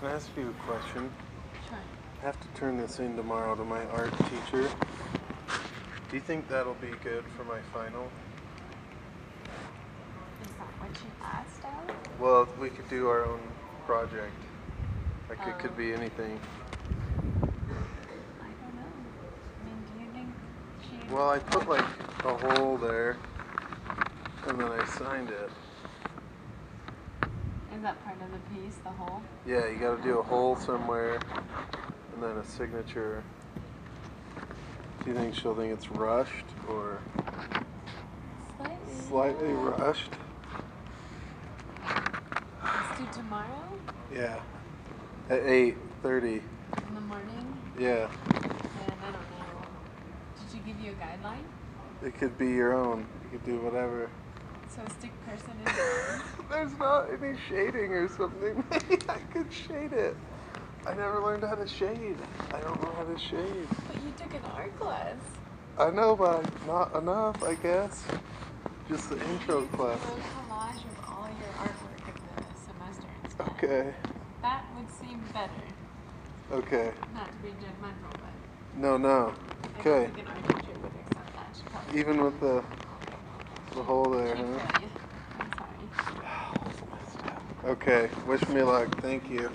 Can I ask you a question? Sure. I have to turn this in tomorrow to my art teacher. Do you think that'll be good for my final? Is that what you asked of? Well, we could do our own project. Like it could Oh. be anything. I don't know. I mean, do you think she? Well, I put like a hole there, and then I signed it. is that part of the piece, the whole? Yeah, you gotta do a hole somewhere, and then a signature. Do you think she'll think it's rushed or Slightly. slightly rushed? Let's do tomorrow Yeah. At eight thirty. in the morning. Yeah. And I don't know. Did she give you a guideline? It could be your own. You could do whatever. So a stick person is. on. There's not any shading or something. Maybe I could shade it. I never learned how to shade. I don't know how to shade. but you took an art class. I know, but not enough, I guess. Just the intro You did class. A little collage of all your artwork of the semester. It's better. Okay. That would seem better. Okay. Not to be judgmental, but. No, no. I don't Okay. think an art teacher would accept that. She probably- Even with the the hole there, she'd huh? kill you. I'm sorry. Okay. Wish me luck. Thank you.